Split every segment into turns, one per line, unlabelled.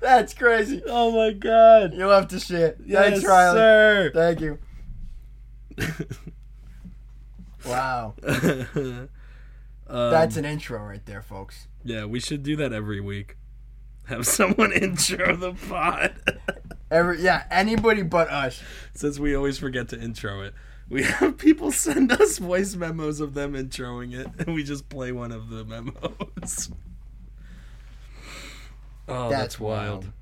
That's crazy.
Oh my god.
You'll have to share. Thanks,
yes,
Riley.
sir.
Thank you. Wow.
Um,
That's an intro right there, folks.
yeah. We should do that every week. Have someone intro the pod.
Every yeah, anybody but us.
Since we always forget to intro it, we have people send us voice memos of them introing it, and we just play one of the memos. Oh, that's,
That's
wild.
wild.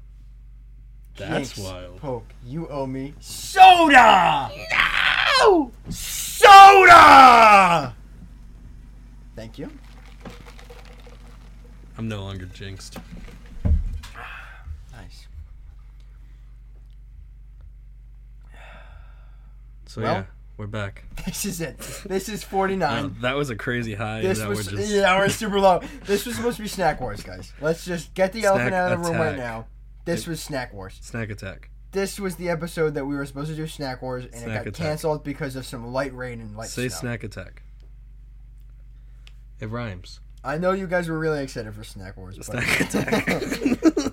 That's
Jinx,
wild.
Poke, you owe me soda. No, soda. Thank you.
I'm no longer jinxed.
Nice.
So
Well-
yeah, we're back.
This is it. This is
Uh,
49.
that was a crazy high.
This
that
was
we're just-
yeah, we're super low. This was supposed to be snack wars, guys. Let's just get the elephant
Snack
out of the room right
attack.
now. This was snack wars.
snack attack.
This was the episode that we were supposed to do snack wars, and it
Snack
got
attack.
canceled because of some light rain and light
Say
snow.
snack attack. It rhymes.
I know you guys were really excited for snack wars. But
Snack attack.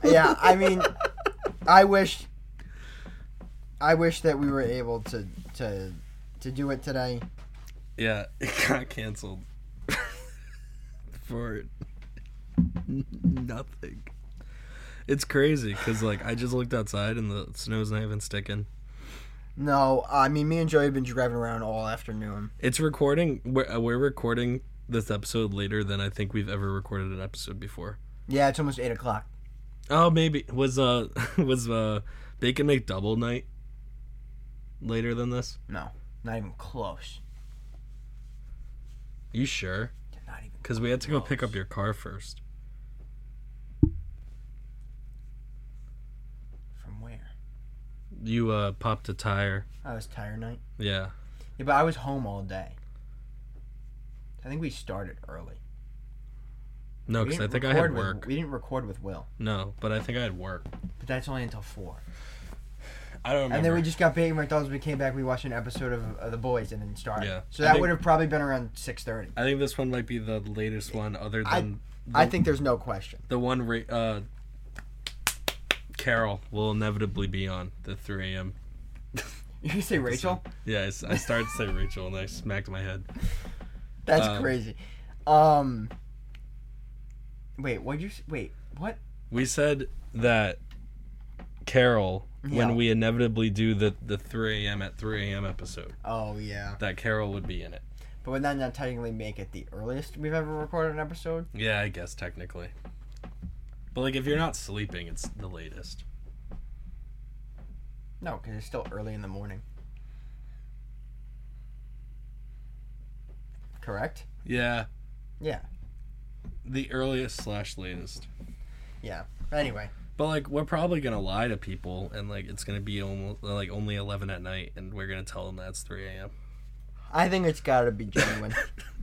yeah, I mean, I wish, I wish that we were able to to to do it today.
yeah, it got canceled for n- nothing. It's crazy because like I just looked outside and the snow's not even sticking.
No, I mean, me and Joey have been driving around all afternoon.
It's recording. We're, uh, we're recording this episode later than I think we've ever recorded an episode before.
Yeah, it's almost eight o'clock.
Oh, maybe was uh was uh Bacon McDouble night later than this?
No, not even close.
You sure?
Not even.
Because we had to go pick up your car first
From where?
you uh popped a tire
I was tired night.
yeah
Yeah, but I was home all day. I think we started early.
no
We
because i
didn't
think i had
record with-
work
we didn't record with Will,
no but i think i had work
but that's only until four.
i don't remember
And then we just got big McDonald's. We came back. We watched an episode of, of The Boys, and then started.
Yeah.
So
I
that
think-
would have probably been around six thirty.
i think this one might be the latest one other
I-
than
I think there's no question.
the one ra- uh carol will inevitably be on the 3 a.m
You can say Rachel.
yeah I s- I, started to say rachel and i smacked my head
That's
Um,
crazy. Um. Wait, what you s- wait? What?
we said that carol
Yeah.
when we inevitably do the the 3 a.m at 3 a.m episode
Oh yeah,
that carol would be in it
but would that not technically make it the earliest we've ever recorded an episode?
Yeah, I guess technically. But like if you're not sleeping, it's the latest.
No, because it's still early in the morning. Correct.
Yeah.
Yeah.
The earliest slash latest.
Yeah. Anyway,
But like we're probably gonna lie to people and like it's gonna be almost like only eleven at night and we're gonna tell them that's three AM.
I think it's got to be genuine.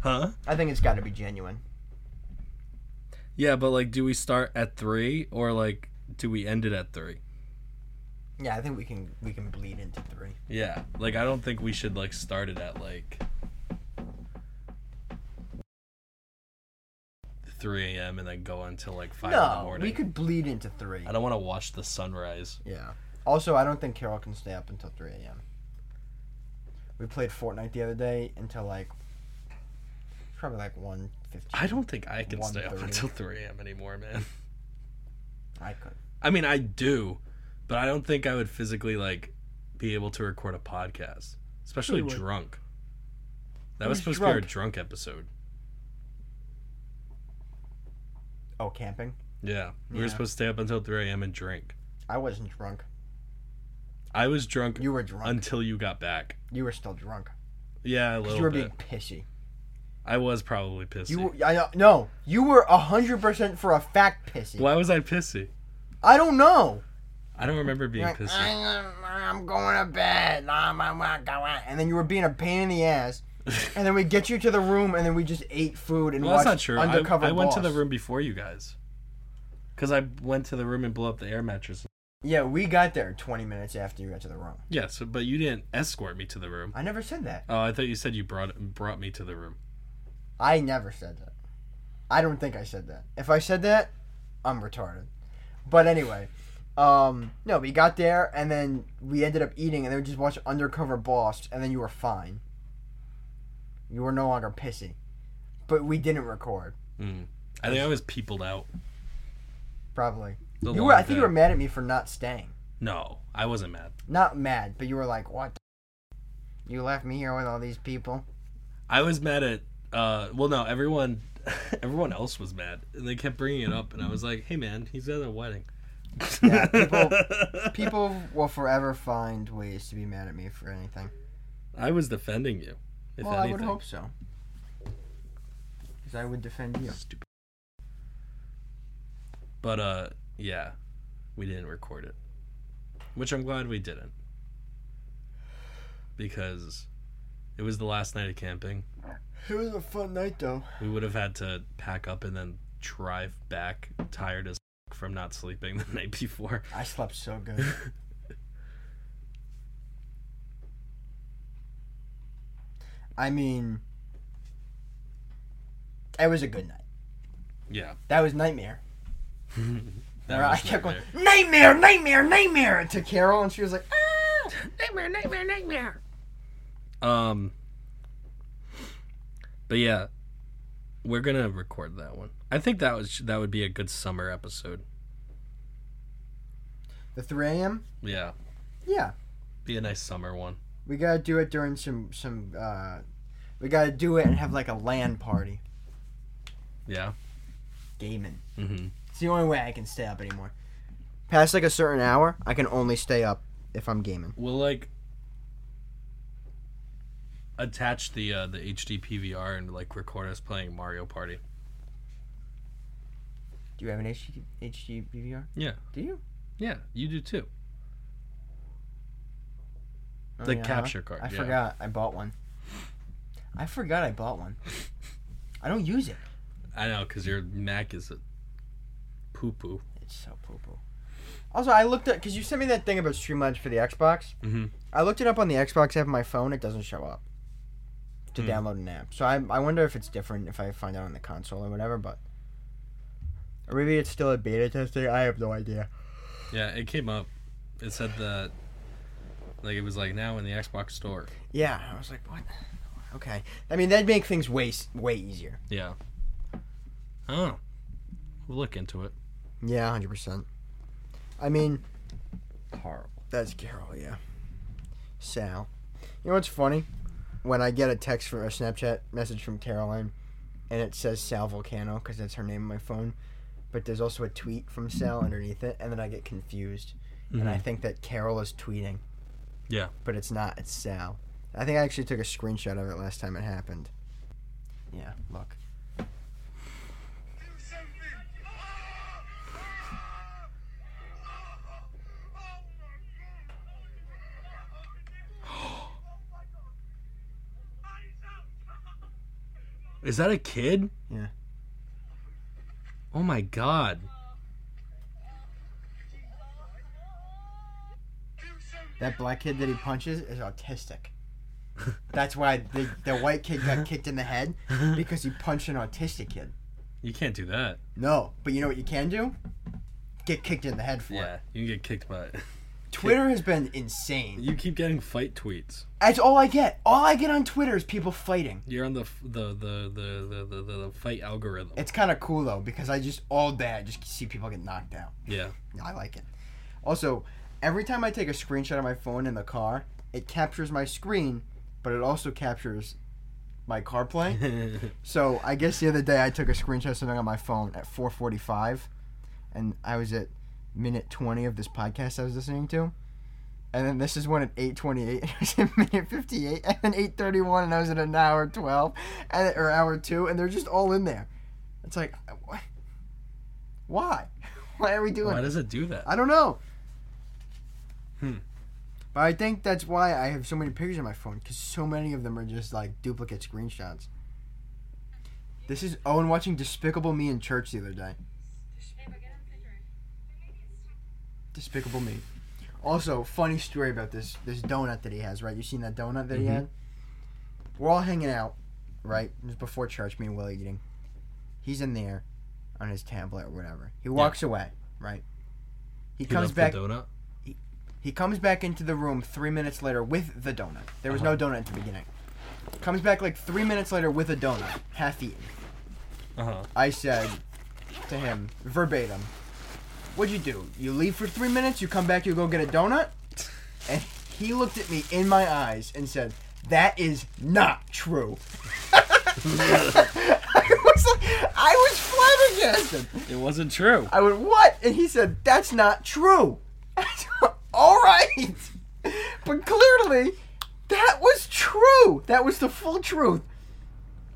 Huh?
I think it's got to be genuine.
Yeah, but like do we start at three or like do we end it at three?
Yeah, I think we can we can bleed into three.
Yeah. Like I don't think we should like start it at like three AM and then go until like five in the
No,
morning.
we could bleed into three.
I don't wanna watch the sunrise.
Yeah. Also, I don't think Carol can stay up until 3 a.m. We played Fortnite the other day until like probably like 1:15.
I don't think I can stay up
1:30.
until 3 a.m. anymore, man.
I could.
I mean, I do, but I don't think I would physically like be able to record a podcast, especially
Sure you would.
drunk. That
I
was
was
supposed to be our
drunk.
drunk episode.
Oh, camping.
Yeah, we were
Yeah.
supposed to stay up until 3 a.m. and drink.
I wasn't drunk.
I was drunk
You were drunk.
until you got back.
you were still drunk.
Yeah, a
'Cause
little
You were
bit.
being pissy.
I was probably pissy.
You were, I no. You were hundred percent for a fact pissy.
Why was I pissy?
I don't know.
I don't remember being
You're like,
pissy.
I'm, I'm going to bed. I'm, I'm, I'm going. And then you were being a pain in the ass. And then we get you to the room, and then we just ate food and
Well,
watched
that's not true. I,
Undercover
I went to
Boss.
the room before you guys. Because I went to the room and blew up the air mattress
Yeah, we got there 20 minutes after you got to the room.
Yeah, so, but you didn't escort me to the room.
I never said that.
Oh, I thought you said you brought brought me to the room.
I never said that. I don't think I said that. If I said that, I'm retarded. But anyway, Um, no, we got there and then we ended up eating and then we just watched Undercover Boss and then you were fine. You were no longer pissy. But we didn't record,
Mm. I think I was peopled out.
probably.
The
You
long
were I think
day.
you were mad at me for not staying.
No, I wasn't mad.
Not mad, but you were like, What the You left me here with all these people.
I was mad at. Uh, well, no, everyone, everyone else was mad, and they kept bringing it up, and I was like, "Hey, man, he's at a wedding."
Yeah, people- People will forever find ways to be mad at me for anything.
I was defending you. If
well,
anything.
I would hope so. Because I would defend you.
Stupid. But uh, yeah, we didn't record it, which I'm glad we didn't, because it was the last night of camping.
It was a fun night, though.
We would have had to pack up and then drive back tired as from not sleeping the night before.
I slept so good. I mean, it was a good night.
Yeah.
That was nightmare.
That
Where I
was
kept
nightmare.
going nightmare, nightmare, nightmare to Carol, and she was like, ah!
Nightmare, nightmare, nightmare. Um. But yeah, we're gonna record that one. I think that was that would be a good summer episode.
The 3 a.m.
Yeah,
Yeah,
be a nice summer one.
we gotta do it during some some. uh We gotta do it and have like a land party,
Yeah.
gaming.
Mm-hmm.
It's the only way I can stay up anymore. Past like a certain hour, I can only stay up if I'm gaming.
We'll like attach the uh, the HD PVR and like record us playing Mario Party.
Do you have an HD HDVR?
Yeah.
Do you?
Yeah, you do too.
Oh,
The
yeah, huh?
capture card.
I
yeah.
forgot I bought one. I forgot I bought one. I don't use it.
I know, cause your Mac is a poo poo.
It's so poo poo. Also, I looked at because you sent me that thing about Streamlabs for the Xbox.
Mhm.
I looked it up on the Xbox app on my phone. It doesn't show up to
Hmm.
download an app. So I, I wonder if it's different if I find out on the console or whatever. But or maybe it's still a beta testing. I have no idea.
Yeah, it came up. It said that, like, it was like now in the Xbox store.
Yeah, I was like, what? Okay. I mean, that'd make things way s- way easier.
Yeah. Oh. We'll look into it.
Yeah, hundred percent. I mean,
Horrible.
That's Carol, yeah. Sal. You know what's funny? When I get a text for a Snapchat message from Caroline and it says Sal Volcano because that's her name on my phone, but there's also a tweet from Sal underneath it, and then I get confused. And I think that Carol is tweeting.
Yeah.
But it's not, it's Sal. I think I actually took a screenshot of it last time it happened. Yeah, look.
Is that a kid?
Yeah.
Oh my god.
That black kid that he punches is autistic. That's why the, the white kid got kicked in the head because he punched an autistic kid.
You can't do that.
No, but you know what you can do? Get kicked in the head for it.
Yeah. You can get kicked by it.
Twitter has been insane.
You keep getting fight tweets.
That's all I get. All I get on Twitter is people fighting.
You're on the f- the the the the, the, the, the fight algorithm.
It's kind of cool though because I just all day I just see people get knocked out.
Yeah.
I like it. Also, every time I take a screenshot of my phone in the car, it captures my screen, but it also captures my CarPlay. So I guess the other day I took a screenshot of something on my phone at 4:45, and I was at minute 20 of this podcast I was listening to, and then this is one at 8:28, and I was at minute 58, and then 8:31, and I was at an hour 12, and or hour two, and they're just all in there. It's like, wh- why? Why are we doing?
Why
this?
does it do that?
I don't know.
Hmm.
But I think that's why I have so many pictures on my phone because so many of them are just like duplicate screenshots. This is Owen watching Despicable Me in church the other day. Despicable Me. Also, funny story about this this donut that he has, right? You seen that donut that he
Mhm.
had? We're all hanging out, right? It was before church, me and Will eating. He's in there on his tablet or whatever. He walks away, right? He,
He
comes
left
back.
The donut.
He comes back into the room three minutes later with the donut. There was no donut at the beginning. Comes back like three minutes later with a donut, half eaten.
Uh huh.
I said to him, verbatim, What'd you do? You leave for three minutes, you come back, you go get a donut? And he looked at me in my eyes and said, That is not true. I was like, I was flabbergasted.
It wasn't true.
I went, what? And he said, that's not true. All right. But clearly, that was true. That was the full truth.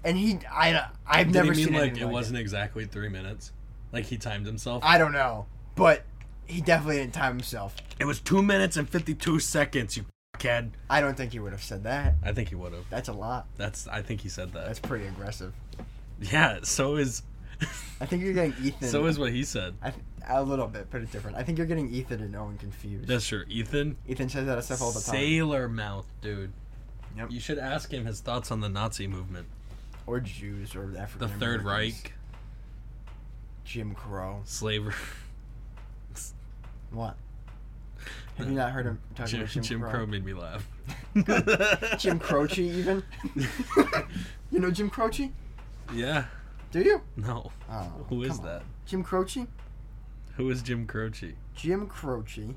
And he, I, I've
Did
never
he
seen
mean like
anything
it
like
wasn't exactly three minutes? Like he timed himself?
I don't know, but he definitely didn't time himself.
it was two minutes and fifty-two seconds. You kid.
I don't think he would have said that.
I think he would have.
That's a lot.
That's. I think he said that.
That's pretty aggressive.
yeah. So is.
I think you're getting Ethan.
so is what he said.
I th- a little bit, but it's different. I think you're getting Ethan and Owen confused.
That's true. Ethan.
Ethan says that stuff all the time.
Sailor mouth, dude.
Yep.
You should ask him his thoughts on the Nazi movement,
Or Jews, or African.
the Third
Americans.
Reich,
Jim Crow.
slavery.
What? Have you not heard him talking
Jim,
about Jim,
Jim
Crow?
Crow made me laugh.
Jim Croce, even. you know Jim Croce?
Yeah.
Do you?
No.
Oh,
Who is
come on.
that?
Jim Croce.
Who is Jim Croce?
Jim Croce.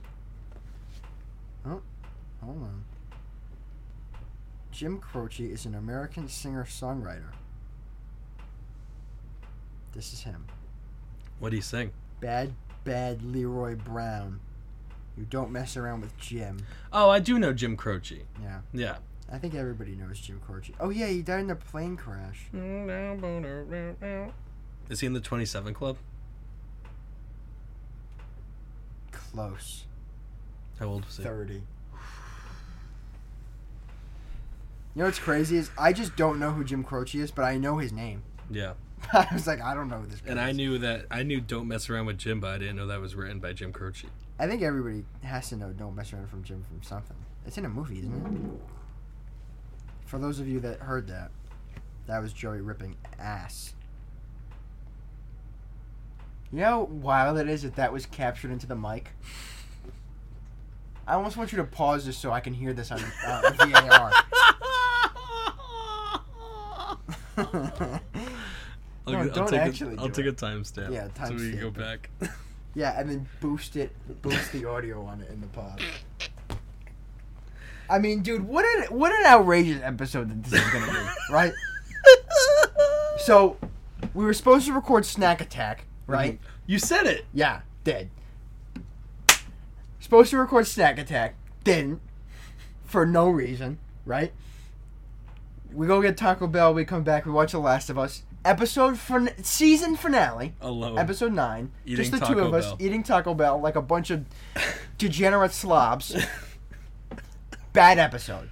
Oh, hold on. Jim Croce is an American singer-songwriter. This is him.
What do you sing?
Bad, bad Leroy Brown. You don't mess around with Jim.
Oh, I do know Jim Croce.
Yeah.
Yeah.
I think everybody knows Jim Croce. Oh yeah, he died in a plane crash.
Is he in the 27 Club?
Close.
How old was he?
30. You know what's crazy is I just don't know who Jim Croce is, but I know his name.
Yeah.
I was like, I don't know who this.
And
guy
I
is.
knew that I knew "Don't Mess Around with Jim," but I didn't know that was written by Jim Croce.
I think everybody has to know "Don't Mess Around" from Jim from something. It's in a movie, isn't it? For those of you that heard that, that was Joey ripping ass. You know how wild it is that that was captured into the mic. I almost want you to pause this so I can hear this on uh, VAR.
I'll,
No,
I'll
don't
take
actually
A, I'll
do
take
it.
a timestamp.
Yeah,
So we can go
timestamp
back.
yeah, and then boost it, boost the audio on it in the pod. I mean, dude, what an what an outrageous episode that this is gonna be, right? So, we were supposed to record Snack Attack,
Mhm.
right?
You said it.
Yeah, dead. Supposed to record Snack Attack, didn't. For no reason, right? We go get Taco Bell, we come back, we watch The Last of Us. Episode, fin- season finale,
Alone.
episode 9.
Eating
just the two
Taco
of us
Bell.
eating Taco Bell like a bunch of degenerate slobs. Bad episode.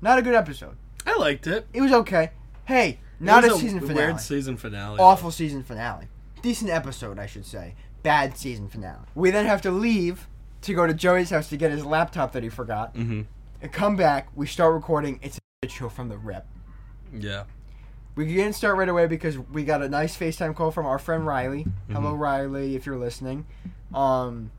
Not a good episode.
I liked it.
It was okay. Hey, not
It
a
was
season finale
Weird season finale.
awful season finale. Decent episode, I should say. Bad season finale. We then have to leave to go to Joey's house to get his laptop that he forgot.
hmm
And come back, we start recording. It's a show from the rep.
Yeah.
We didn't start right away because we got a nice FaceTime call from our friend Riley. Hello,
Mm-hmm.
Riley, if you're listening. Um,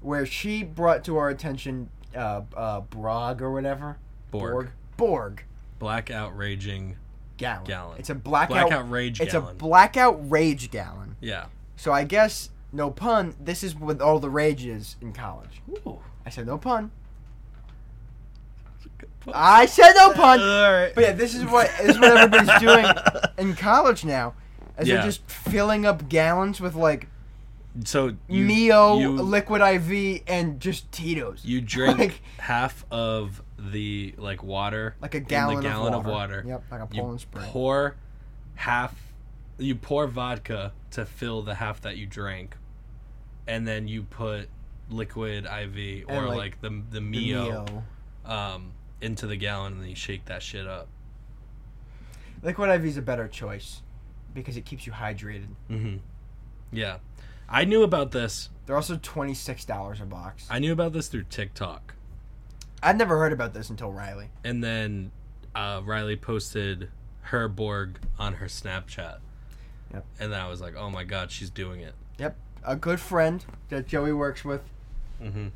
where she brought to our attention uh, uh, Brog or whatever.
Borg.
Borg.
Blackout raging
Gallon.
Gallon.
It's a blackout.
blackout rage
it's
gallon.
a blackout rage gallon.
yeah.
So I guess no pun. This is with all the rage is in college.
Ooh.
I said no pun. I said no pun.
Alright.
But yeah, this is what this is what everybody's doing in college now. Is
Yeah.
they're just filling up gallons with like
So you,
Mio,
you-
Liquid IV, and just Tito's.
You drink
Like-
half of the like water,
like a
in the
gallon,
gallon
of, water.
water.
Yep, like a
You
Poland spring.
pour half. You pour vodka to fill the half that you drank, and then you put liquid IV or
And,
like,
like,
the the
The
Mio, um into the gallon, and then you shake that shit up.
Liquid IV is a better choice because it keeps you hydrated.
hmm Yeah, I knew about this.
They're also twenty six dollars a box.
I knew about this through TikTok,
I've never heard about this until Riley.
and then uh, Riley posted her Borg on her Snapchat.
Yep.
And then I was like, "Oh my god, she's doing it."
Yep, a good friend that Joey works with
Mm-hmm.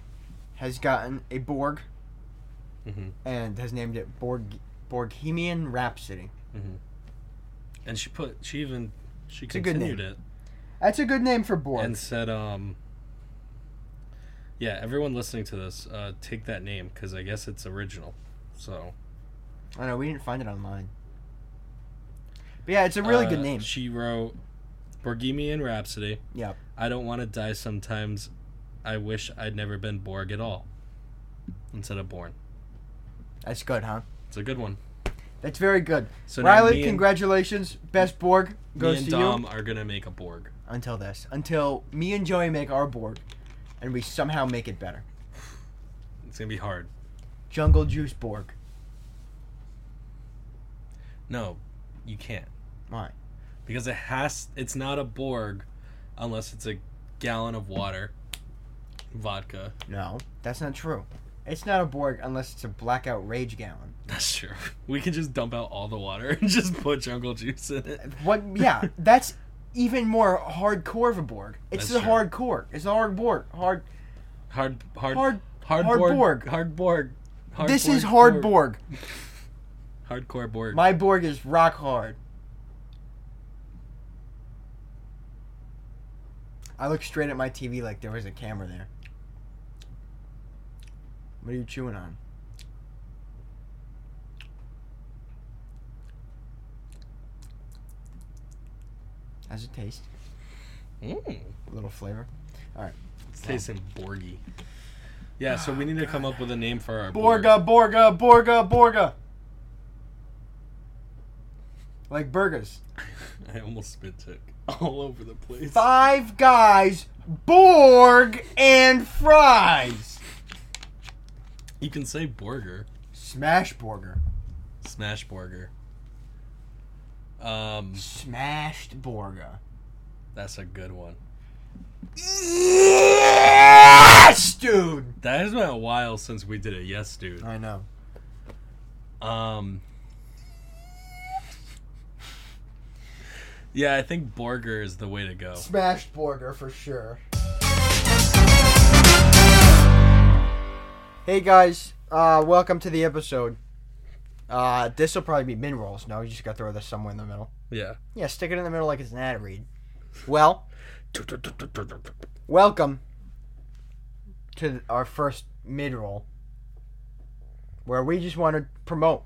has gotten a Borg
Mm-hmm.
and has named it Borg Borghemian Rhapsody.
Mm-hmm. And she put she even she
a good
continued it
That's a good name for Borg.
and said, um, yeah, everyone listening to this, uh, take that name because I guess it's original. So
I know we didn't find it online. But yeah, it's a really good
uh,
name.
She wrote Borgemian Rhapsody.
Yep.
I don't want to die sometimes. I wish I'd never been Borg at all. Instead of born.
That's good, huh?
It's a good one.
That's very good.
So now
Riley,
me and-
congratulations. Best Borg
Me
goes
and
to
Dom
you.
are gonna make a Borg.
Until this. Until me and Joey make our Borg and we somehow make it better.
It's gonna be hard.
Jungle Juice Borg.
No, you can't.
Why?
Because it has it's not a Borg unless it's a gallon of water. Vodka.
No, that's not true. It's not a Borg unless it's a blackout rage gallon.
That's true. We can just dump out all the water and just put jungle juice in it.
What? Yeah, that's even more hardcore of a Borg. It's
That's
the
true.
hardcore. It's the hard Borg. Hard.
Hard hard
Hard-
hard,
hard
Borg,
Borg.
Hard Borg. Hard
this is hard
Borg.
Borg.
Hardcore Borg.
My Borg is rock hard. I looked straight at my TV like there was a camera there. What are you chewing on? How's it taste?
Mm.
A little flavor.
It's tasting Borgy. Yeah, so we need to come up with a name for our
Borga, Borga, Borga, Borga. Like burgers.
I almost spit took all over the place.
Five guys, Borg, and fries.
You can say Borger,
Smash Burger.
Smash Borger. Um,
Smashed Borga.
that's a good one.
Yes, dude.
That has been a while since we did a yes, dude.
I know.
Um, yeah, I think Borger is the way to go.
Smashed Burger for sure. Hey guys, uh, welcome to the episode. Uh, this will probably be min rolls. No, you just gotta throw this somewhere in the middle.
Yeah.
Yeah, stick it in the middle like it's an ad read. Well, welcome to our first mid roll, where we just want to promote.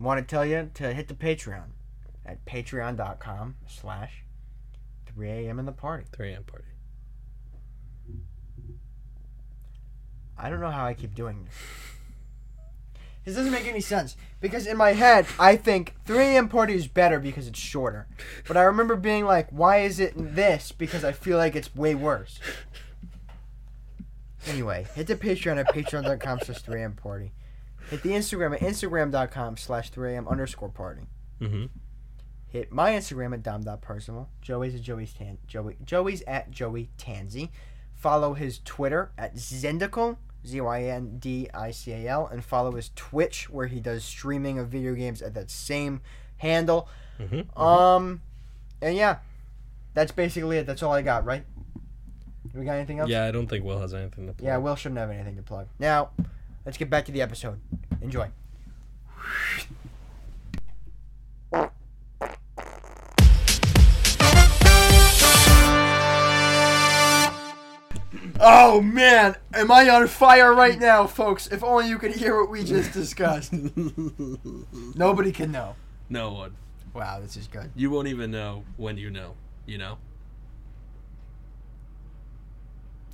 Want to tell you to hit the Patreon at patreon.com slash 3 a.m. in the party.
3 a.m. party.
I don't know how I keep doing this. This doesn't make any sense because in my head I think 3 a.m. party is better because it's shorter, but I remember being like, why is it this? Because I feel like it's way worse. Anyway, hit the Patreon at patreon.com slash 3 a.m. party. Hit the Instagram at instagram.com slash 3 a.m. underscore party.
Mm-hmm.
Hit my Instagram at dom.personal. Joey's at Joey's Tan Joey Joey's at Joey Tanzi. Follow his Twitter at Zendical Z Y N D I C A L and follow his Twitch where he does streaming of video games at that same handle.
Mm-hmm.
Um and yeah. That's basically it. That's all I got, right? We got anything else?
Yeah, I don't think Will has anything to play.
Yeah, Will shouldn't have anything to plug. Now, let's get back to the episode. Enjoy. Oh man, am I on fire right now, folks? If only you could hear what we just discussed. Nobody can know.
no one.
Wow, this is good.
You won't even know when you know. You know?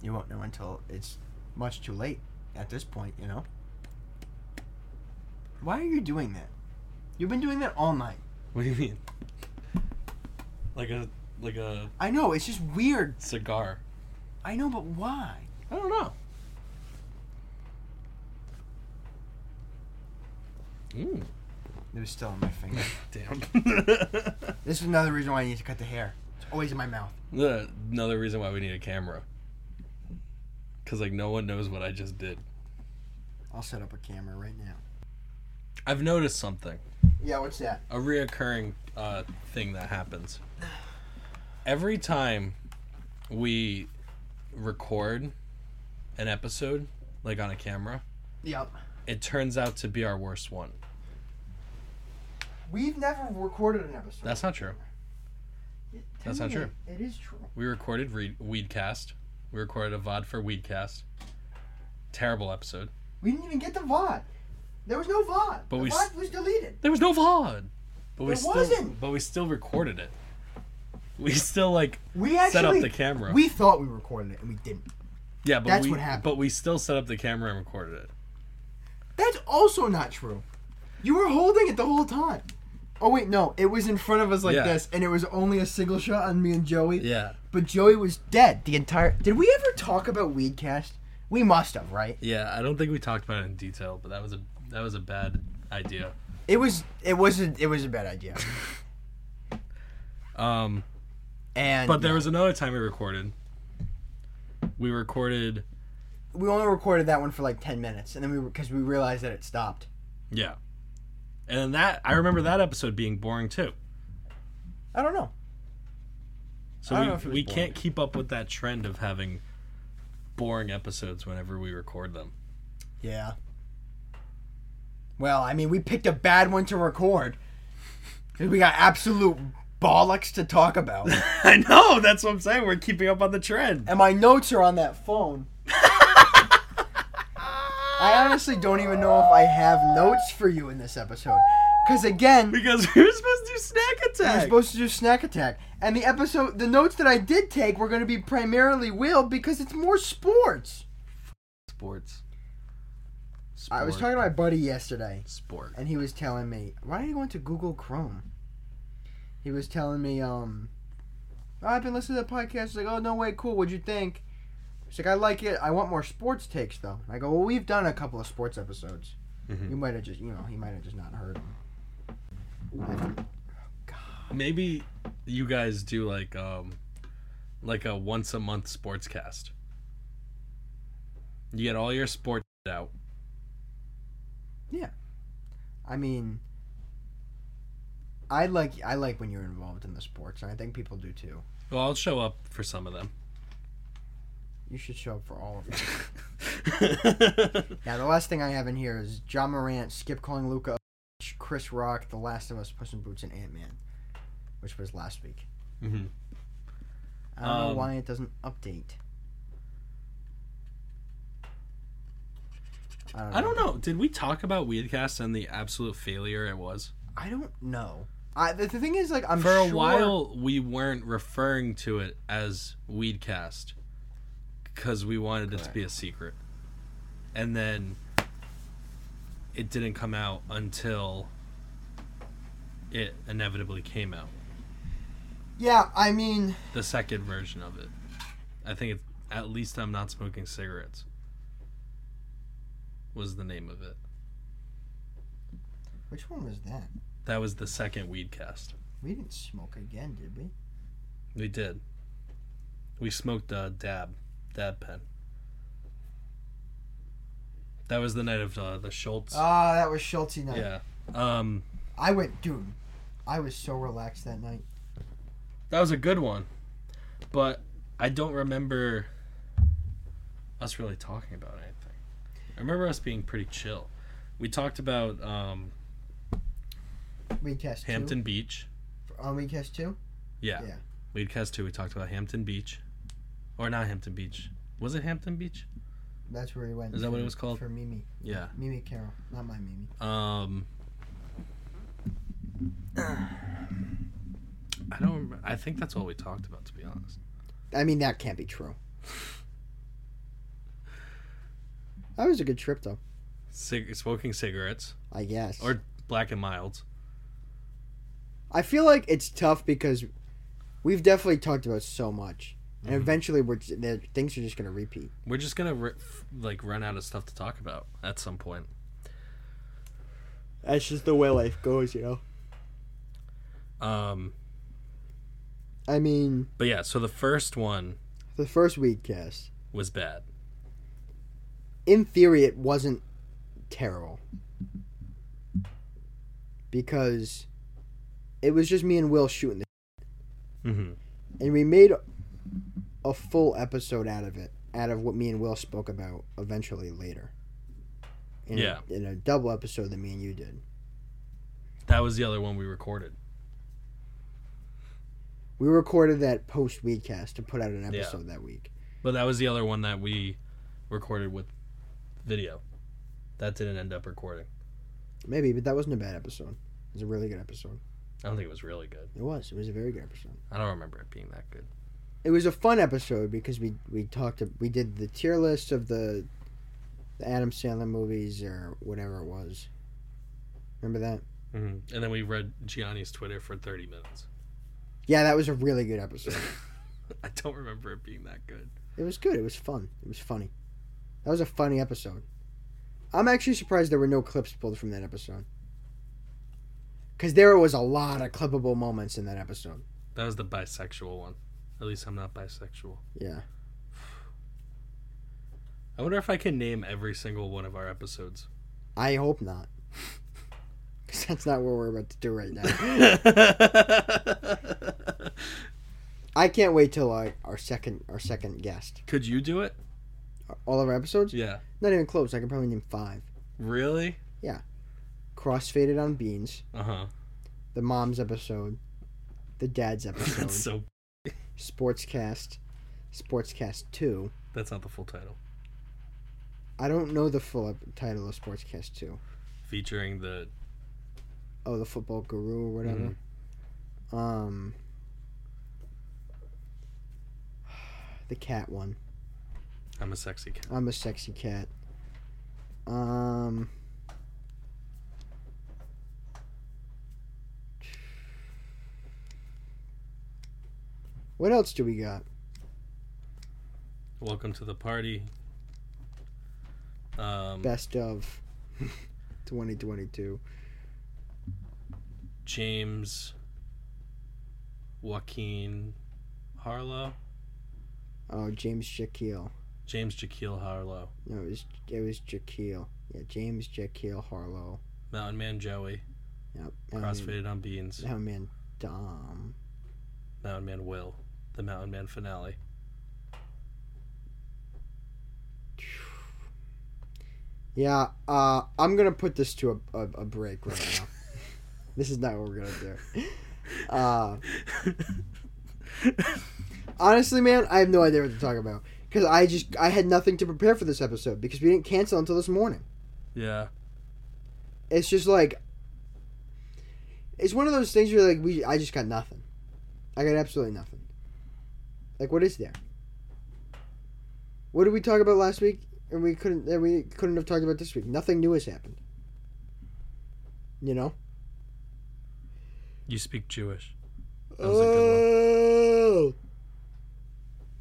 You won't know until it's much too late at this point, you know? Why are you doing that? You've been doing that all night.
What do you mean? Like a like a
I know, it's just weird.
cigar.
I know, but why?
I don't know. Mm.
It was still in my finger.
Damn.
this is another reason why I need to cut the hair. It's always in my mouth.
Uh, Another reason why we need a camera. Cause like no one knows what I just did.
I'll set up a camera right now.
I've noticed something,
Yeah, what's that?
a reoccurring uh, thing that happens. Every time we record an episode like on a camera,
Yep.
it turns out to be our worst one.
We've never recorded an episode.
That's not true.
It-
that's not
technically, It is true.
We recorded Re- Weedcast. We recorded a VOD for Weedcast. Terrible episode.
We didn't even get the VOD. There was no VOD.
But
the
we
VOD
s-
was deleted.
There was no VOD. But we
There
still
wasn't.
but we still recorded it. We still like
We actually
set up the camera.
We thought we recorded it and we didn't.
yeah, but
that's
we
what happened.
but we still set up the camera and recorded it.
That's also not true. You were holding it the whole time. Oh wait, no, it was in front of us like
Yeah.
this, and it was only a single shot on me and Joey.
Yeah.
But Joey was dead the entire. Did we ever talk about Weedcast? We must have, right?
Yeah, I don't think we talked about it in detail, but that was a that was a bad idea.
It was. It wasn't. It was a bad idea.
Um
And
but there was another time we recorded. We recorded
we only recorded that one for like ten minutes, and then we because we realized that it stopped.
yeah. And then that I remember that episode being boring too.
I don't know. I don't know
So
if it
we,
was
we
boring.
can't keep up with that trend of having boring episodes whenever we record them.
Yeah. Well, I mean, we picked a bad one to record. 'Cause we got absolute bollocks to talk about.
I know, that's what I'm saying. We're keeping up on the trend.
and my notes are on that phone. I honestly don't even know if I have notes for you in this episode. Because again, we
Because we were supposed to do snack attack.
are supposed to do Snack Attack. And the episode, the notes that I did take were going to be primarily Will because it's more sports.
sports.
I was talking to my buddy yesterday.
sport.
and he was telling me why are you going to Google Chrome? He was telling me, um, "Oh, I've been listening to the podcast. He's like, oh no way, cool. What'd you think? He's like, I like it. I want more sports takes though. And I go, well, we've done a couple of sports episodes. You might have just, you know, he might have just not heard. Them.
Maybe you guys do like um like a once a month sports cast. You get all your sports out.
I mean, I like I like when you're involved in the sports, and I think people do too.
Well, I'll show up for some of them.
You should show up for all of them. Now, the last thing I have in here is John Morant, Skip calling Luca, Chris Rock, The Last of Us, Puss in Boots, and Ant Man, which was last week.
hmm
I don't know
Um,
why it doesn't update.
I don't know. Did we talk about Weedcast and the absolute failure it was?
I don't know. I, the, the thing is, like, I'm
For a
sure-
while, we weren't referring to it as Weedcast because we wanted it to be a secret. And then it didn't come out until it inevitably came out.
Yeah, I mean,
The second version of it. I think it's At Least I'm Not Smoking Cigarettes was the name of it.
which one was that?
That was the second Weedcast.
We didn't smoke again, did we?
We did. We smoked uh, dab, dab pen. That was the night of uh, the Schultz.
Ah, that was Schulte night.
yeah. Um,
I went, dude, I was so relaxed that night.
that was a good one, but I don't remember us really talking about anything. I remember us being pretty chill. We talked about um,
We cast
Hampton Beach.
two. On we cast two?
Yeah.
Yeah.
Leadcast two. We talked about Hampton Beach, or not Hampton Beach. Was it Hampton Beach?
That's where we went.
Is that what
for-
it was called?
For Mimi.
Yeah.
Mimi Carroll, not my Mimi.
Um, I don't. Remember. I think that's all we talked about, to be honest.
I mean, that can't be true. That was a good trip, though.
Cig- smoking cigarettes
I guess.
or black and milds.
I feel like it's tough because we've definitely talked about so much, and
Mm-hmm.
eventually we're j- there- things are just gonna repeat.
We're just gonna ri f- like run out of stuff to talk about at some point.
That's just the way life goes, you know.
Um,
I mean,
but yeah. So the first one
the first weed cast,
was bad.
in theory, it wasn't terrible because it was just me and Will shooting the
Mm-hmm.
and we made a full episode out of it, out of what me and Will spoke about eventually later. In a-
Yeah.
in a double episode that me and you did.
That was the other one we recorded.
We recorded that post weedcast to put out an
Yeah.
episode that week.
But that was the other one that we recorded with video. That didn't end up recording.
Maybe, but that wasn't a bad episode. It was a really good episode.
I don't think it was really good.
It was. It was a very good episode.
I don't remember it being that good.
It was a fun episode because we we talked we did the tier list of the the Adam Sandler movies or whatever it was. Remember that?
Mm-hmm. And then we read Gianni's Twitter for 30 minutes.
Yeah, that was a really good episode.
I don't remember it being that good.
It was good. It was fun. It was funny. That was a funny episode. I'm actually surprised there were no clips pulled from that episode. Cause there was a lot of clippable moments in that episode.
That was the bisexual one. At least I'm not bisexual.
Yeah.
I wonder if I can name every single one of our episodes.
I hope not. Cause that's not what we're about to do right now. I can't wait till like our second our second guest.
Could you do it?
All of our episodes?
Yeah.
Not even close. I can probably name five.
Really?
Crossfaded on beans.
Uh huh.
The mom's episode. The dad's episode.
That's so.
Sportscast. Sportscast two.
That's not the full title.
I don't know the full ep- title of Sportscast 2.
Featuring the
Oh, the football guru or whatever. Um, the cat one.
I'm a sexy cat.
I'm a sexy cat. Um, what else do we got?
Welcome to the party. Um,
Best of 2022.
James, Joaquin, Harlow,
Oh, James Shaquille.
James Jaquil Harlow,
No, it was it was Jaquil. Yeah, James Jaquil Harlow.
Mountain Man Joey,
Yep. and
Crossfaded on Beans,
Now, man, Dom.
Mountain Man Will, the Mountain Man finale.
Yeah, uh, I'm gonna put this to a, a, a break right now. this is not what we're gonna do. Uh, honestly, man, I have no idea what to talk about because I just I had nothing to prepare for this episode because we didn't cancel until this morning.
yeah.
It's just like it's one of those things where like we I just got nothing. I got absolutely nothing. Like, what is there? What did we talk about last week? And we couldn't. And we couldn't have talked about this week. Nothing new has happened. You know.
You speak Jewish. That was a
Oh.
good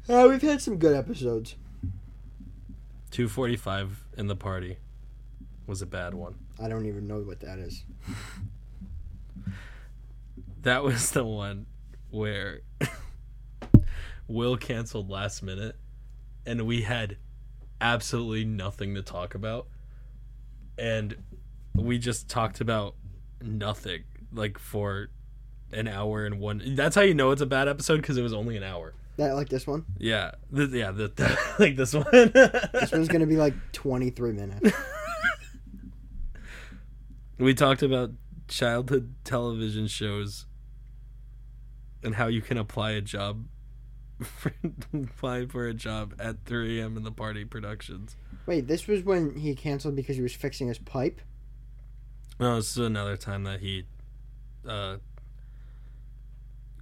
Ah, we've had some good episodes.
245 in the party was a bad one.
I don't even know what that is.
That was the one where Will canceled last minute and we had absolutely nothing to talk about. And we just talked about nothing like for an hour and one. That's how you know it's a bad episode because it was only an hour.
That like this one.
Yeah. Th- yeah. The, like this one.
This one's gonna be like twenty three minutes.
We talked about childhood television shows and how you can apply a job, for, apply for a job at 3 a.m. in the party productions.
Wait, this was when he canceled because he was fixing his pipe.
No, Oh, this is another time that he uh,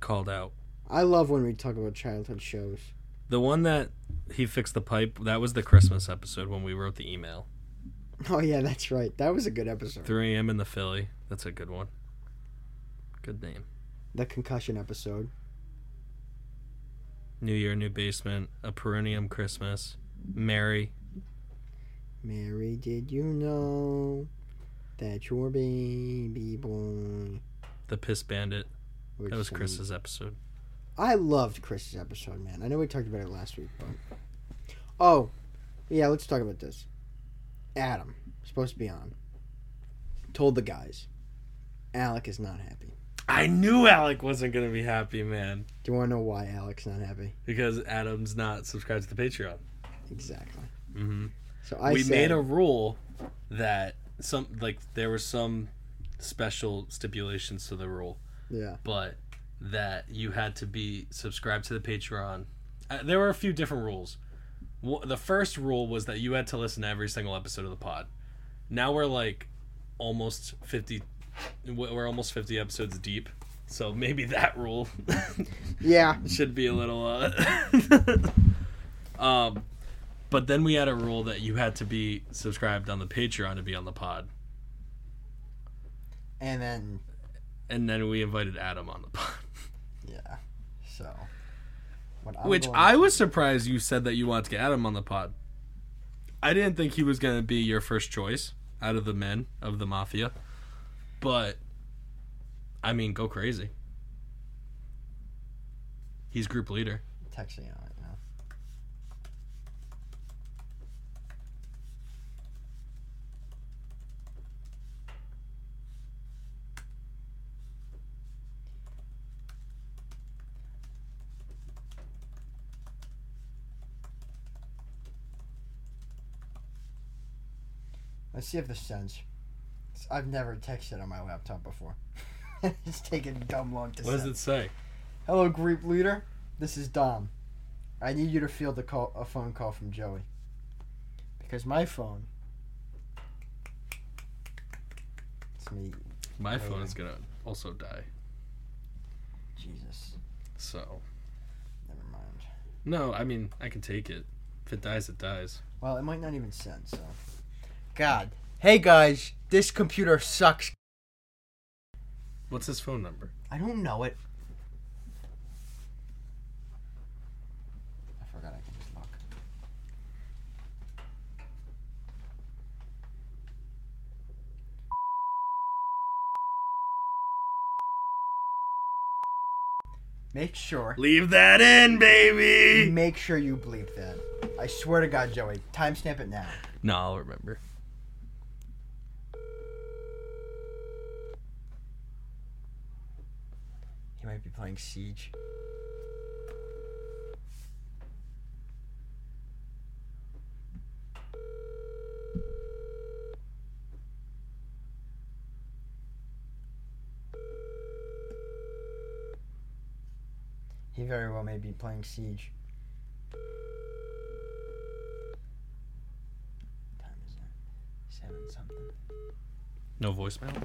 called out.
I love when we talk about childhood shows.
The one that he fixed the pipe, that was the Christmas episode when we wrote the email.
Oh yeah, that's right. That was a good episode.
3 a.m. in the Philly. That's a good one. Good name.
The concussion episode.
New Year, New Basement, A Perennium Christmas, Mary.
Mary, did you know that your baby boy?
The Piss Bandit.
Which
That was Chris's episode.
I loved Chris's episode, man. I know we talked about it last week, but oh, yeah, let's talk about this. Adam supposed to be on. Told the guys, Alec is not happy.
I knew Alec wasn't gonna be happy, man,
Do you want to know why Alec's not happy?
because Adam's not subscribed to the Patreon.
Exactly.
Mm-hmm.
So I
we
said,
made a rule that some like there were some special stipulations to the rule,
yeah.
but that you had to be subscribed to the Patreon. Uh, there were a few different rules. W- the first rule was that you had to listen to every single episode of the pod. Now we're like almost fifty. We're we're almost fifty episodes deep, so maybe that rule
Yeah.
should be a little uh um but then we had a rule that you had to be subscribed on the patreon to be on the pod
And then
and then we invited adam on the pod
yeah. So. What I'm
which
going-
i was surprised you said that you wanted to get adam on the pod i didn't think he was going to be your first choice out of the men of the mafia but i mean go crazy he's group leader
texting on it now. Let's see if this sends. S- I've never texted on my laptop before. it's taken dumb long to
what does
send.
it say
Hello, group leader. This is Dom. I need you to field a call, a phone call from Joey, because my phone. It's me,
my
Oh,
phone
yeah.
is going to also die
Jesus.
so
Never mind.
No, I mean I can take it. If it dies, it dies.
Well, it might not even send. So, God. Hey guys, this computer sucks.
What's his phone number?
I don't know it. I forgot I can just look. Make sure.
Leave that in, baby.
Make sure you bleep that. I swear to God, Joey. Timestamp it now.
No, I'll remember.
He might be playing Siege. He very well may be playing Siege. What time is it? Seven something.
No voicemail.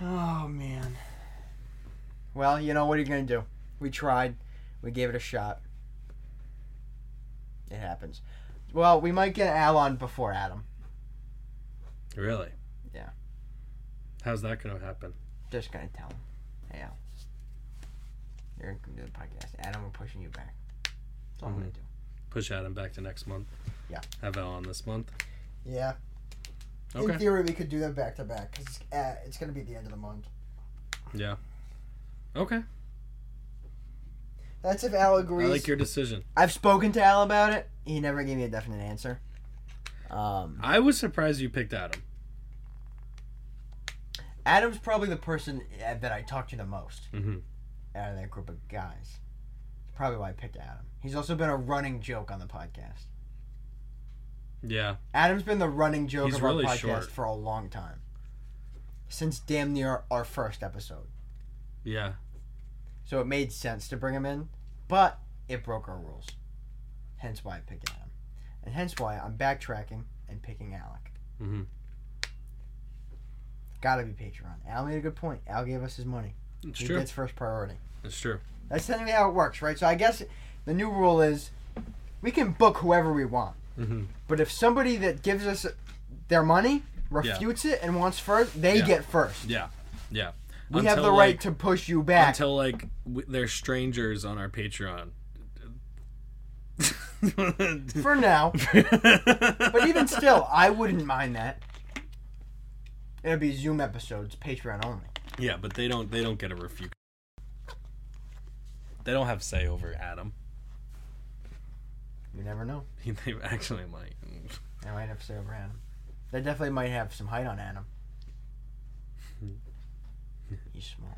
Oh man. Well, you know what are you gonna do? We tried. We gave it a shot. It happens. Well, we might get Al on before Adam,
Really?
Yeah.
How's that gonna happen?
just gonna tell him, "Hey Al, you're gonna do the podcast. Adam, we're pushing you back. That's all I'm gonna
Mhm.
do."
Push Adam back to next month.
Yeah.
Have Al on this month.
Yeah.
Okay.
theory, we could do them back to back because uh, it's gonna be the end of the month.
Okay.
That's if Al
I
agrees.
like your decision.
I've spoken to Al about it. He never gave me a definite answer. Um.
I was surprised you picked Adam.
Adam's probably the person uh, that I talk to the most
Mm-hmm.
out of that group of guys. Probably why I picked Adam. He's also been a running joke on the podcast.
Yeah.
Adam's been the running joke
He's
of
really
our podcast
short.
for a long time. Since damn near our first episode.
Yeah.
So it made sense to bring him in, but it broke our rules. Hence why I picked Adam. And hence why I'm backtracking and picking Alec.
Mm-hmm.
Gotta be Patreon. Al made a good point. Al gave us his money.
It's
He
true.
gets first priority.
It's true.
That's technically how it works, right? So I guess the new rule is we can book whoever we want,
Mm-hmm.
but if somebody that gives us their money refutes it and wants first, they
Yeah.
get first.
Yeah. Yeah.
We have the right to push you back.
until like w- they're strangers on our Patreon.
for now, but even still, I wouldn't mind that. It'd be Zoom episodes, Patreon only.
yeah, but they don't they don't get a refute. They don't have say over Adam.
You never know.
they actually might.
They might have to say over Adam. They definitely might have some height on Adam.
Hmm.
He's smart.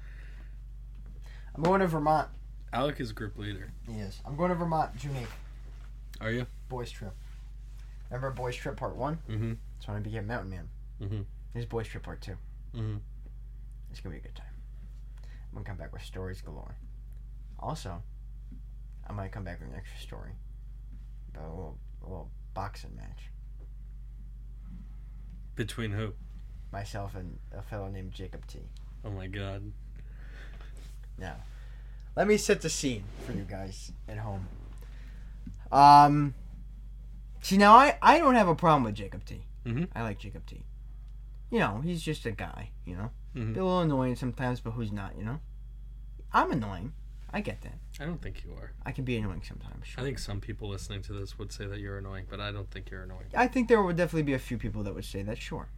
I'm going to Vermont.
Alec is group leader.
He is. I'm going to Vermont, June 8th.
Are you?
Boys Trip. Remember Boys Trip Part 1?
Mm-hmm.
That's when I became Mountain Man.
Mhm.
This is Boys Trip Part 2.
Mm-hmm.
It's going to be a good time. I'm going to come back with stories galore. Also, I might come back with an extra story about a little, a little boxing match.
Between who?
Myself and a fellow named Jacob T.
Oh my god.
Let me set the scene for you guys at home. Um, see, now I, I don't have a problem with Jacob T.
Mhm.
I like Jacob T. You know, he's just a guy, you know?
Mhm.
Be a little annoying sometimes, but who's not, you know? I'm annoying. I get that.
I don't think you are.
I can be annoying sometimes,
I
sure.
think some people listening to this would say that you're annoying, but I don't think you're annoying.
I think there would definitely be a few people that would say that, sure.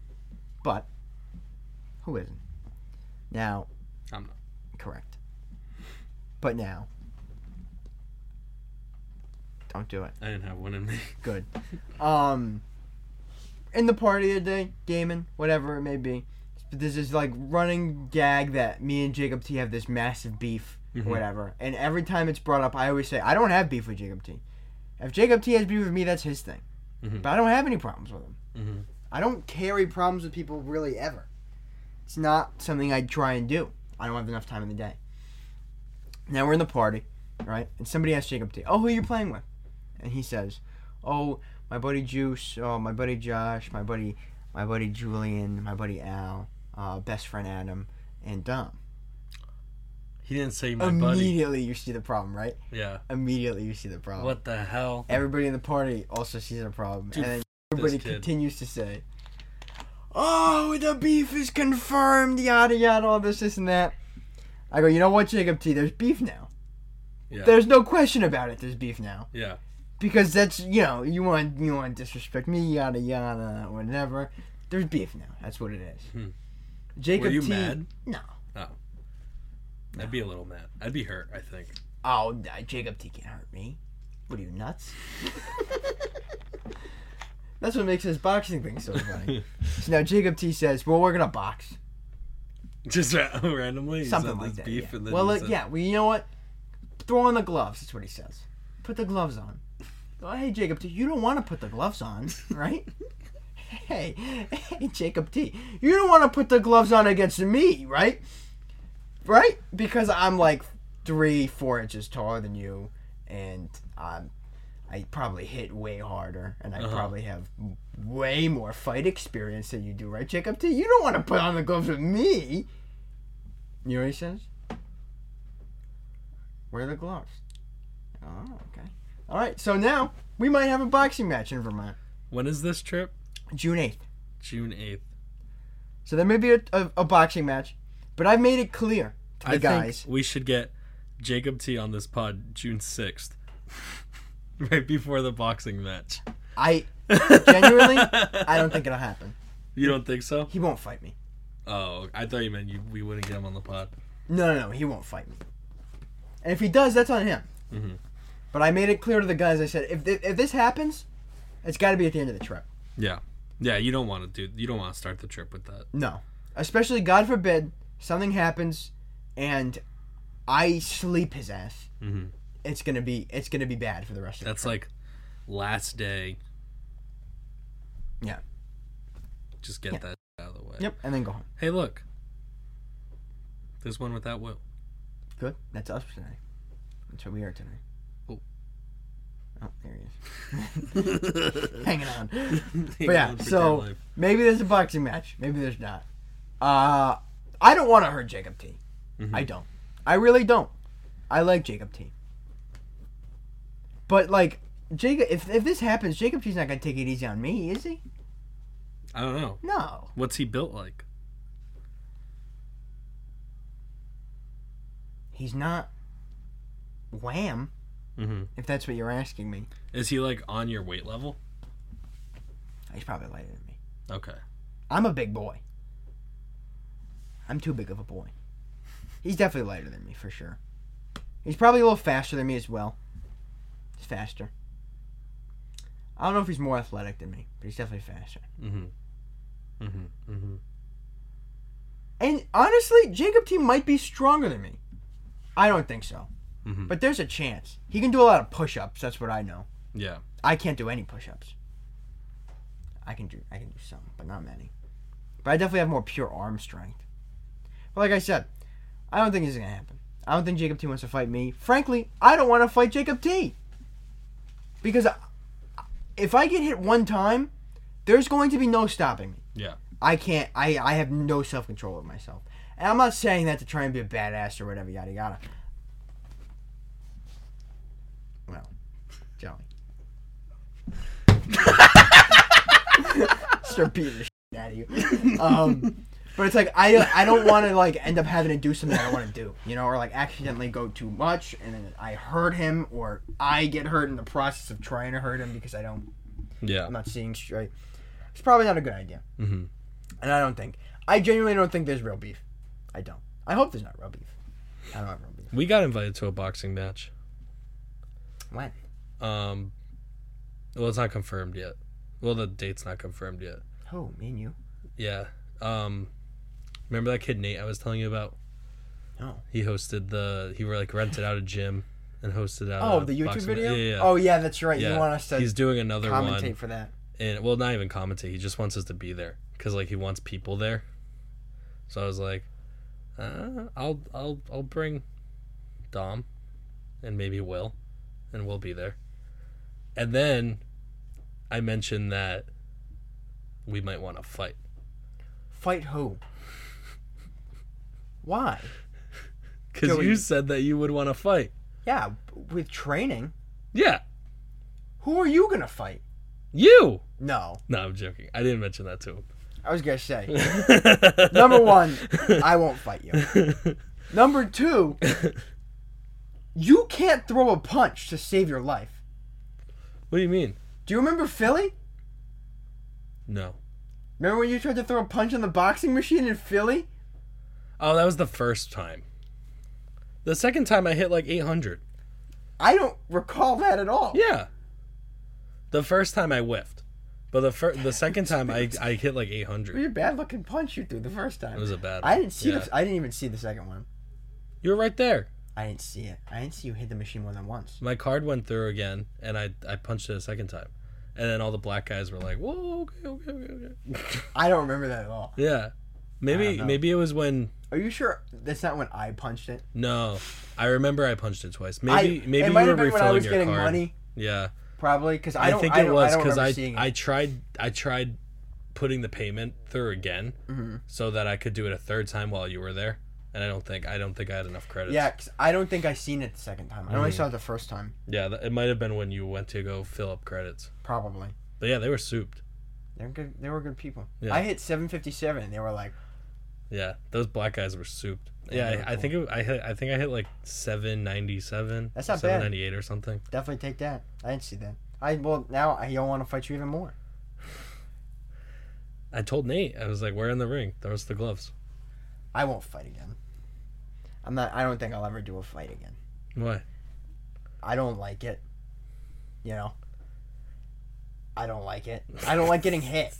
But, who isn't? Now,
I'm not.
Correct. But now, don't do it.
I didn't have one in me.
Good. Um, in the party of the day, gaming, whatever it may be, there's this like running gag that me and Jacob T have this massive beef,
Mhm.
whatever. And every time it's brought up, I always say I don't have beef with Jacob T. If Jacob T has beef with me, that's his thing.
Mhm.
But I don't have any problems with him.
Mhm.
I don't carry problems with people really ever. It's not something I try and do. I don't have enough time in the day. Now we're in the party, right? And somebody asks Jacob T, "Oh, who are you playing with?" And he says, "Oh, my buddy Juice. Oh, my buddy Josh. My buddy, my buddy Julian. My buddy Al. Uh, best friend Adam." And Dom.
He didn't say my buddy.
Immediately you see the problem, right?
Yeah.
Immediately you see the problem.
What the hell?
Everybody in the party also sees a problem,
Dude,
and then
f-
everybody
this kid.
continues to say, "Oh, the beef is confirmed." Yada yada, all this, this, and that. I go, you know what, Jacob T? There's beef now.
Yeah.
There's no question about it. There's beef now
yeah.
because that's you know you want you want to disrespect me, yada yada, whatever. There's beef now. That's what it is.
Hmm.
Jacob
Were you
T.
mad?
No.
I'd be a little mad. I'd be hurt, I think.
Oh, nah, Jacob T can't hurt me. What are you nuts? That's what makes this boxing thing so funny. so now Jacob T says, "Well, we're gonna box
Just ra- randomly. he
something
said
like
this
that."
Beef
yeah.
and then
Well,
he
like,
said-
yeah. Well, you know what? Throw on the gloves. That's what he says. Put the gloves on. Oh, hey, Jacob T, you don't want to put the gloves on, right? hey, hey, Jacob T, you don't want to put the gloves on against me, right? Right? Because I'm like three, four inches taller than you, and I'm, I probably hit way harder, and I
Uh-huh.
probably have way more fight experience than you do, right, Jacob T? You don't want to put on the gloves with me. You know what he says? Wear the gloves. Oh, okay. All right, so now we might have a boxing match in Vermont,
When is this trip?
June 8th.
June 8th.
So there may be a, a, a boxing match, but I've made it clear to the
I
guys.
think we should get Jacob T on this pod June 6th. right before the boxing match.
I Genuinely, I don't think it'll happen.
You don't think so?
He won't fight me.
Oh, I thought you meant you, we wouldn't get him on the pod.
No, no, no. He won't fight me. And if he does, that's on him.
Mhm.
But I made it clear to the guys. I said, if thi- if this happens, it's got to be at the end of the trip.
Yeah, you don't want to do. You don't want to start the trip with that.
No, especially God forbid something happens, and I sleep his ass.
Mm-hmm.
It's gonna be it's gonna be bad for the rest of
That's like last day.
Yeah.
Just get
Yeah.
that out of the way.
the. Yep, and then go home.
Hey, look. There's one without Will.
Good. That's us today. That's what we are today.
Oh.
Oh, there he is.
Hang
Hanging on.
on
yeah,
for dear
so-
life.
Maybe there's a boxing match. Maybe there's not. Uh, I don't want to hurt Jacob T.
Mhm.
I don't. I really don't. I like Jacob T. But like Jacob, if if this happens, Jacob T's not gonna take it easy on me, is he?
I don't know.
No.
What's he built like?
He's not. Wham!
Mm-hmm.
If that's what you're asking me,
Is he like on your weight level?
he's probably lighter than me.
Okay.
I'm a big boy. I'm too big of a boy. He's definitely lighter than me for sure. He's probably a little faster than me as well. He's faster. I don't know if he's more athletic than me, but he's definitely faster.
Mm-hmm. Mm-hmm. Mm-hmm.
And honestly, Jacob T might be stronger than me. I don't think so.
Mhm.
But there's a chance. He can do a lot of push ups, that's what I know.
Yeah.
I can't do any push ups. I can do I can do some, but not many. But I definitely have more pure arm strength. But like I said, I don't think this is gonna happen. I don't think Jacob T wants to fight me. Frankly, I don't want to fight Jacob T. Because I, if I get hit one time, there's going to be no stopping me.
Yeah.
I can't. I I have no self control of myself, and I'm not saying that to try and be a badass or whatever. Yada yada. Well, Johnny. Start beating the shit out of you. Um, but it's like I don't- I don't want to like end up having to do something I don't want to do, you know, or like accidentally go too much and then I hurt him or I get hurt in the process of trying to hurt him because I don't
Yeah.
I'm not seeing straight. It's probably not a good idea.
Mm-hmm.
And I don't think. I genuinely don't think there's real beef. I don't. I hope there's not real beef. I don't have real beef.
We got invited to a boxing match.
When?
Um, well, it's not confirmed yet. Well, the date's not confirmed yet.
Oh, me and you.
Yeah. Um, remember that kid Nate I was telling you about?
No.
He hosted the. He were like rented out a gym and hosted out.
Oh,
a
the YouTube
Uh, boxing ma-
video?
Yeah. yeah.
Oh, yeah, that's right.
yeah.
You want us to
He's doing another
commentate
one,
for that.
and well, not even commentate. He just wants us to be there because like he wants people there. So I was like, uh, I'll I'll I'll bring Dom, and maybe Will, and we'll be there. And then I mentioned that we might want to fight.
Fight who? Why?
Because
Joey-
you said that you would want to fight.
Yeah, with training.
Yeah,
Who are you going to fight?
you.
No.
No, I'm joking. I didn't mention that to
I was going to say,
him.
number one, I won't fight you. Number two, you can't throw a punch to save your life.
what do you mean?
Do you remember Philly?
No.
Remember when you tried to throw a punch on the boxing machine in Philly?
Oh, that was the first time. The second time I hit like 800.
I don't recall that at all.
Yeah. The first time I whiffed, but the fir- the second time I I hit like
It was
800.
a bad looking punch you threw the first time.
It was a bad.
I didn't see
yeah.
the. I didn't even see the second one.
You were right there.
I didn't see it. I didn't see you hit the machine more than once.
My card went through again, and I I punched it a second time, and then all the black guys were like, "Whoa, okay, okay, okay, okay."
I don't remember that at all.
yeah.
I don't
Maybe
know.
maybe it was when
Are you sure that's not when I punched it?
no, I remember I punched it twice. Maybe
I,
maybe
it
you
might
were
have been
refilling
when I was
your
getting
card.
money,
Yeah.
probably. Because I
I,
don't.
think
I
it
don't,
was
because
because I
seeing
I
it.
tried I tried putting the payment through again
Mm-hmm.
so that I could do it a third time while you were there, and I don't think I don't think I had enough credits.
Yeah, 'cause I don't think I seen it the second time. I only saw it the first time,
yeah. Th- it might have been when you went to go fill up credits,
probably.
but yeah, they were souped.
They're good. They were good people.
Yeah.
I hit 757, and they were like,
Yeah, those black guys were souped.
Yeah,
Yeah,
they were
I, I think it, I hit I think I hit like seven ninety seven.
That's not bad.
seven ninety eight or something.
Definitely take that. I didn't see that. I well now I don't want to fight you even more.
I told Nate I was like, "We're in the ring. Throw us the gloves."
I won't fight again. I'm not. I don't think I'll ever do a fight again.
Why?
I don't like it. You know. I don't like it. I don't like getting hit.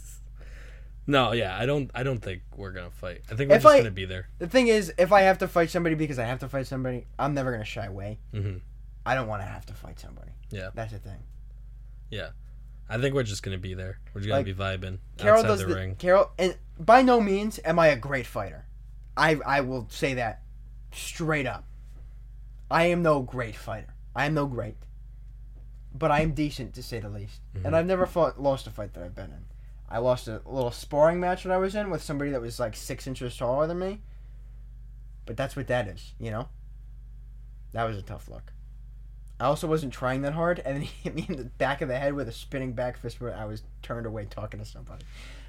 No, yeah, I don't I don't think we're gonna fight. I think we're
If
just
I-
gonna be there.
The thing is, if I have to fight somebody because I have to fight somebody, I'm never gonna shy away.
hmm
I don't want to have to fight somebody.
Yeah.
That's the thing.
I think we're just gonna be there. We're just gonna
Like,
be vibing
Carol
outside
does
the,
the,
ring.
Carol, and by no means am I a great fighter. I I will say that straight up. I am no great fighter. I am no great, but I am decent to say the least.
Mm-hmm.
And I've never fought, lost a fight that I've been in. I lost a little sparring match that I was in with somebody that was like six inches taller than me. But that's what that is, you know. That was a tough look. I also wasn't trying that hard, and then he hit me in the back of the head with a spinning back fist where I was turned away talking to somebody.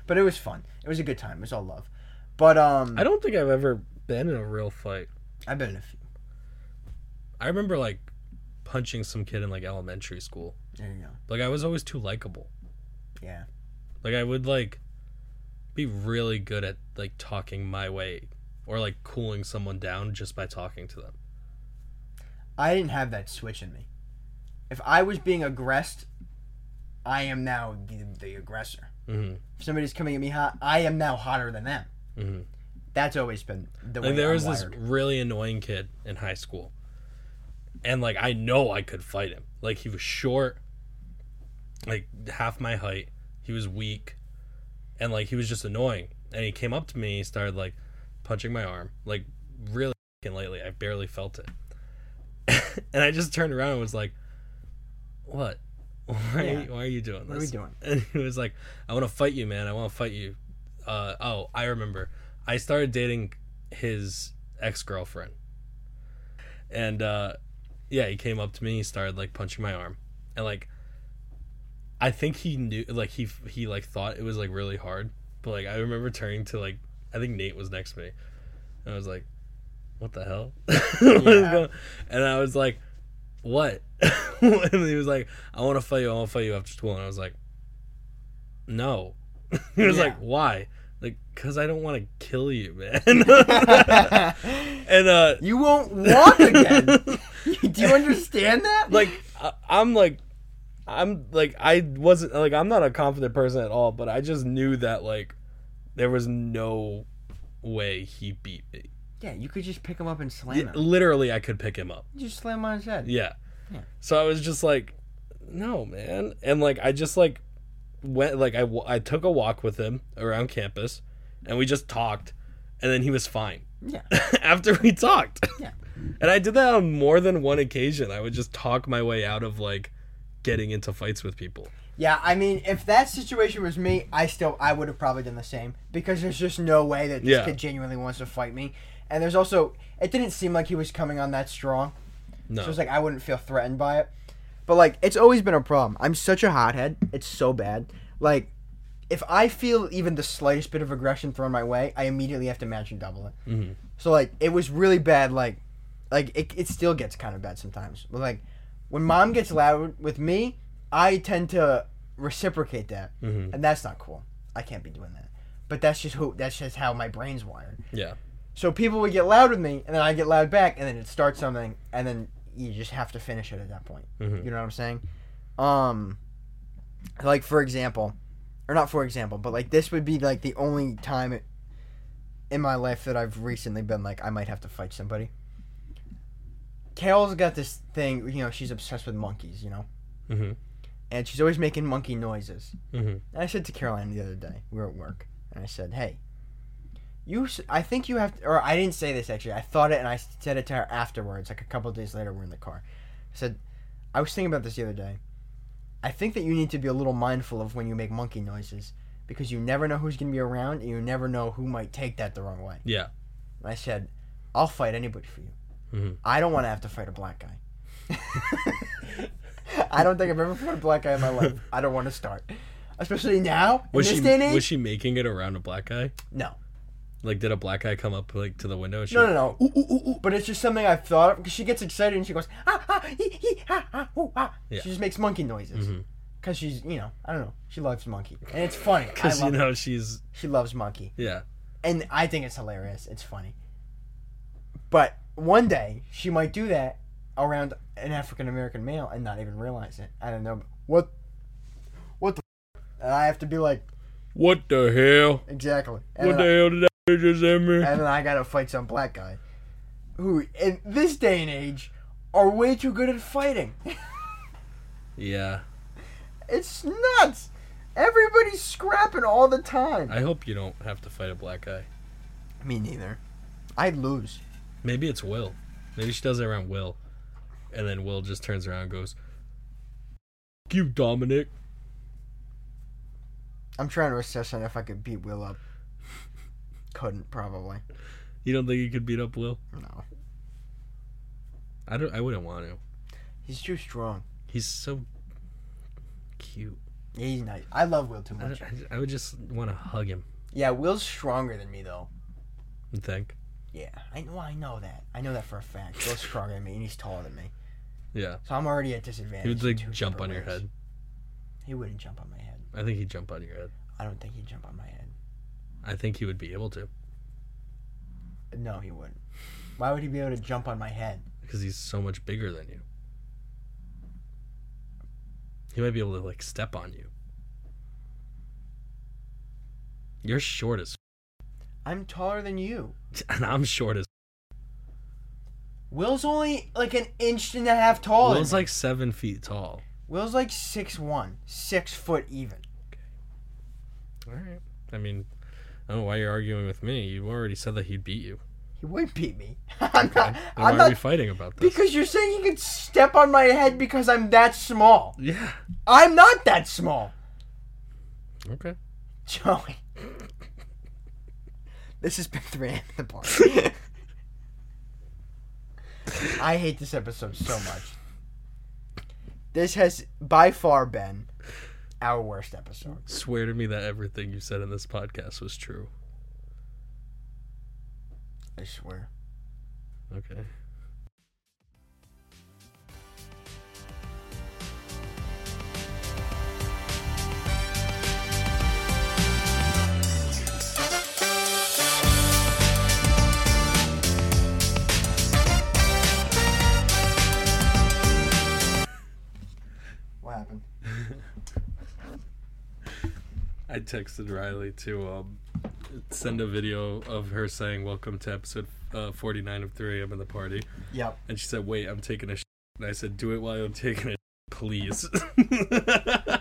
But it was fun. It was a good time. It was all love. But um,
I don't think I've ever been in a real fight.
I've been in a few.
I remember like punching some kid in like elementary school.
There you go.
Like I was always too likable.
Yeah.
Like I would like be really good at like talking my way or like cooling someone down just by talking to them.
I didn't have that switch in me. If I was being aggressed, I am now the, the aggressor.
Mm-hmm.
If somebody's coming at me hot, I am now hotter than them.
Mm-hmm.
That's always been the way
Like there
I'm
was this
wired.
really annoying kid in high school. And like I know I could fight him. Like he was short, like half my height. He was weak. And like he was just annoying. And he came up to me, he started like punching my arm, like really fucking lightly. I barely felt it. and I just turned around and was like, What? Why, are
Yeah.
you- why are you doing this?
What are we doing?
and he was like, "I want to fight you, man. I want to fight you." Uh, oh, I remember. I started dating his ex girlfriend, and uh, yeah, he came up to me. He started like punching my arm, and like, I think he knew, like he he like thought it was like really hard, but like I remember turning to like I think Nate was next to me, and I was like, "What the hell?"
Yeah.
and I was like, "What?" and he was like, "I want to fight you. I want to fight you after school." And I was like no. he was
Yeah.
like, why? Like, cause I don't want to kill you, man. and uh,
you won't walk again. Do you understand that?
like I- I'm like, I'm like I wasn't like I'm not a confident person at all, but I just knew that like there was no way he beat me.
yeah, you could just pick him up and slam
Yeah,
him.
literally, I could pick him up.
You just slam on his head.
Yeah.
Yeah.
So I was just like, no, man. And like, I just like went, like, I, wa- I took a walk with him around campus and we just talked and then he was fine
Yeah.
after we talked.
Yeah.
And I did that on more than one occasion. I would just talk my way out of like getting into fights with people.
Yeah, I mean, if that situation was me, I still I would have probably done the same because there's just no way that this
Yeah.
kid genuinely wants to fight me, and there's also it didn't seem like he was coming on that strong,
No.
so it's like I wouldn't feel threatened by it. But like, it's always been a problem. I'm such a hothead. It's so bad. Like, if I feel even the slightest bit of aggression thrown my way, I immediately have to match and double it.
Mhm.
So like it was really bad. Like like it, it still gets kind of bad sometimes. But like when mom gets loud with me, I tend to reciprocate that,
Mhm.
and that's not cool. I can't be doing that. But that's just who that's just how my brain's wired.
Yeah.
So people would get loud with me, and then I get loud back, and then it starts something, and then you just have to finish it at that point.
Mhm.
You know what I'm saying? Um, like for example, or not for example, but like this would be like the only time it, in my life that I've recently been like I might have to fight somebody. Carol's got this thing, you know, she's obsessed with monkeys, you know,
Mm-hmm.
and she's always making monkey noises.
Mm-hmm.
And I said to Caroline the other day, we were at work, and I said, "Hey, you, s- I think you have, to, or I didn't say this actually. I thought it, and I said it to her afterwards, like a couple days later. We're in the car. I said, I was thinking about this the other day. I think that you need to be a little mindful of when you make monkey noises, because you never know who's gonna be around, and you never know who might take that the wrong way.
Yeah.
And I said, I'll fight anybody for you.
Mhm.
I don't want to have to fight a black guy. I don't think I've ever fought a black guy in my life. I don't want to start. Especially now,
Was
in
she
this day and age.
was she making it around a black guy?
no.
Like, did a black guy come up like to the window? And she
No, no, no. Ooh, ooh, ooh, ooh. But it's just something I've thought of because she gets excited and she goes, ah, ah, hee, hee, ah, ah, ooh, ah.
Yeah. Mm-hmm.
She just makes monkey noises. Because she's, you know, I don't know. She loves monkey. And it's funny. I
Because
love
you
it.
know she's
She loves monkey.
yeah.
and I think it's hilarious. It's funny. But one day she might do that around an African American male and not even realize it. I don't know what. What the? f-" And I have to be like
What the hell?
exactly. And,
What the
then,
hell did that just send me?
and then I gotta fight some black guy, who in this day and age are way too good at fighting.
Yeah.
it's nuts. Everybody's scrapping all the time.
I hope you don't have to fight a black guy.
Me neither. I'd lose.
Maybe it's Will. Maybe she does it around Will. And then Will just turns around and goes, "F- You, Dominic.
I'm trying to assess on if I could beat Will up. Couldn't probably.
You don't think you could beat up Will?
No.
I don't I wouldn't want to.
He's too strong.
He's so cute.
Yeah, he's nice. I love Will too
I,
much.
I- I would just want to hug him
Yeah, Will's stronger than me though.
and think.
Yeah, I know. I know that. I know that for a fact. Will's stronger than me, and he's taller than me.
Yeah.
So I'm already at disadvantage.
He would
in
like
two
jump on
different
your
ways.
head.
He wouldn't jump on my head.
I think he'd jump on your head.
I don't think he'd jump on my head.
I think he would be able to
No, he wouldn't. Why would he be able to jump on my head?
because he's so much bigger than you. He might be able to like step on you. You're short as
I I'm taller than you.
And I'm short as.
Will's only like an inch and a half taller.
Will's
than me.
like seven feet tall.
Will's like six one, six foot even.
All right. I mean, I don't know why you're arguing with me. You already said that he'd beat you.
He would beat me. I'm not.
Then why
I'm
are we
not.
fighting about this?
Because you're saying you can step on my head because I'm that small.
Yeah.
I'm not that small,
Okay.
Joey. This has been three at the bar. I hate this episode so much. This has by far been our worst episode.
Swear to me that everything you said in this podcast was true.
I swear.
Okay.
What happened?
I texted Riley to um, send a video of her saying, "Welcome to episode uh, 49 of 3 I'm in the party,"
Yep.
and she said, "Wait, I'm taking a." Sh-. And I said, "Do it while I'm taking a, sh- please."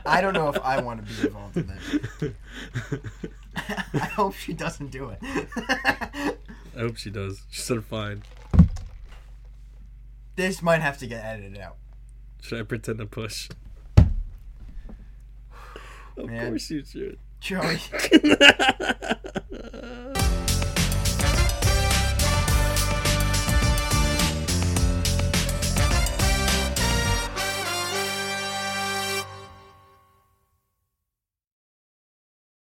I don't know if I want to be involved in that. I hope she doesn't do it.
I hope she does. She said, "Fine."
this might have to get edited out.
Should I pretend to push? Of
Man.
course you should.
Joey.